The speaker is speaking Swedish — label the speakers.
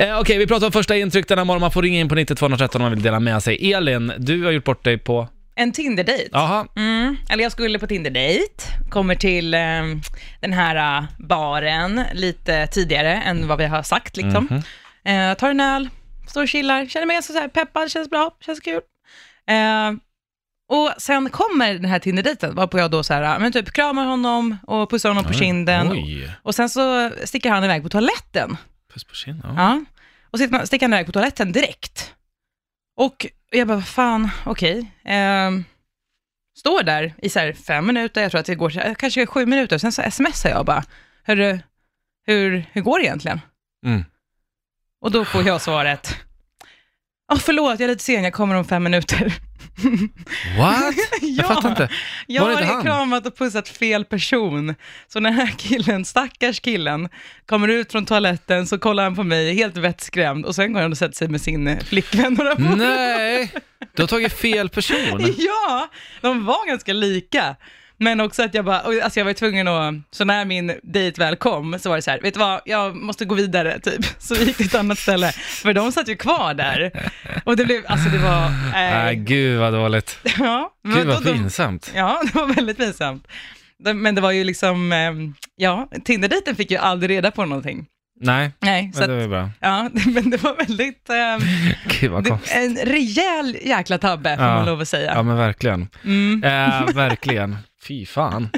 Speaker 1: Eh, Okej, vi pratar om första intryck denna morgon. Man får ringa in på 90213 om man vill dela med sig. Elin, du har gjort bort dig på...
Speaker 2: En Tinder-dejt.
Speaker 1: Jaha,
Speaker 2: Mm. Eller jag skulle på Tinder-dejt, kommer till eh, den här eh, baren lite tidigare än vad vi har sagt. Liksom. Eh, tar en öl, står och chillar, känner mig ganska så här peppad, känns bra, känns kul. Eh, och sen kommer den här Tinder-dejten, varpå jag då så här, eh, men typ kramar honom och pussar honom på kinden.
Speaker 1: Mm, oj.
Speaker 2: Och sen så sticker han iväg på toaletten.
Speaker 1: Puss på kinden. Ja.
Speaker 2: Ja. Och så sticker han iväg på toaletten direkt. Och jag bara, vad fan, okej. Ehm, står där i så här fem minuter, jag tror att det går så här, kanske sju minuter, sen så smsar jag bara, hur, hur, hur går det egentligen?
Speaker 1: Mm.
Speaker 2: Och då får jag svaret, oh, förlåt, jag är lite sen, jag kommer om fem minuter.
Speaker 1: What? Jag fattar inte.
Speaker 2: Jag
Speaker 1: Var det inte
Speaker 2: har
Speaker 1: han?
Speaker 2: kramat och pussat fel person. Så när den här killen, stackars killen, kommer ut från toaletten så kollar han på mig helt vettskrämd och sen går han och sätter sig med sin eh, flickvän några månader.
Speaker 1: Nej, du har tagit fel person.
Speaker 2: Ja, de var ganska lika. Men också att jag bara, och alltså jag var ju tvungen att, så när min dejt väl kom så var det så här, vet du vad, jag måste gå vidare typ. Så vi gick till ett annat ställe, för de satt ju kvar där. Och det blev, alltså det var,
Speaker 1: Nej,
Speaker 2: nej.
Speaker 1: gud vad dåligt.
Speaker 2: ja,
Speaker 1: Gud vad
Speaker 2: då- då-
Speaker 1: pinsamt.
Speaker 2: Ja, det var väldigt pinsamt. Det- Men det var ju liksom, eh, ja, Tinder-dejten fick ju aldrig reda på någonting.
Speaker 1: Nej,
Speaker 2: Nej, så
Speaker 1: men
Speaker 2: att,
Speaker 1: det var ju bra.
Speaker 2: ja, men det var väldigt, eh,
Speaker 1: Gud vad
Speaker 2: det,
Speaker 1: konstigt.
Speaker 2: en rejäl jäkla tabbe får
Speaker 1: Ja.
Speaker 2: man lov att säga.
Speaker 1: Ja men verkligen.
Speaker 2: Mm.
Speaker 1: Eh, verkligen. Fy fan.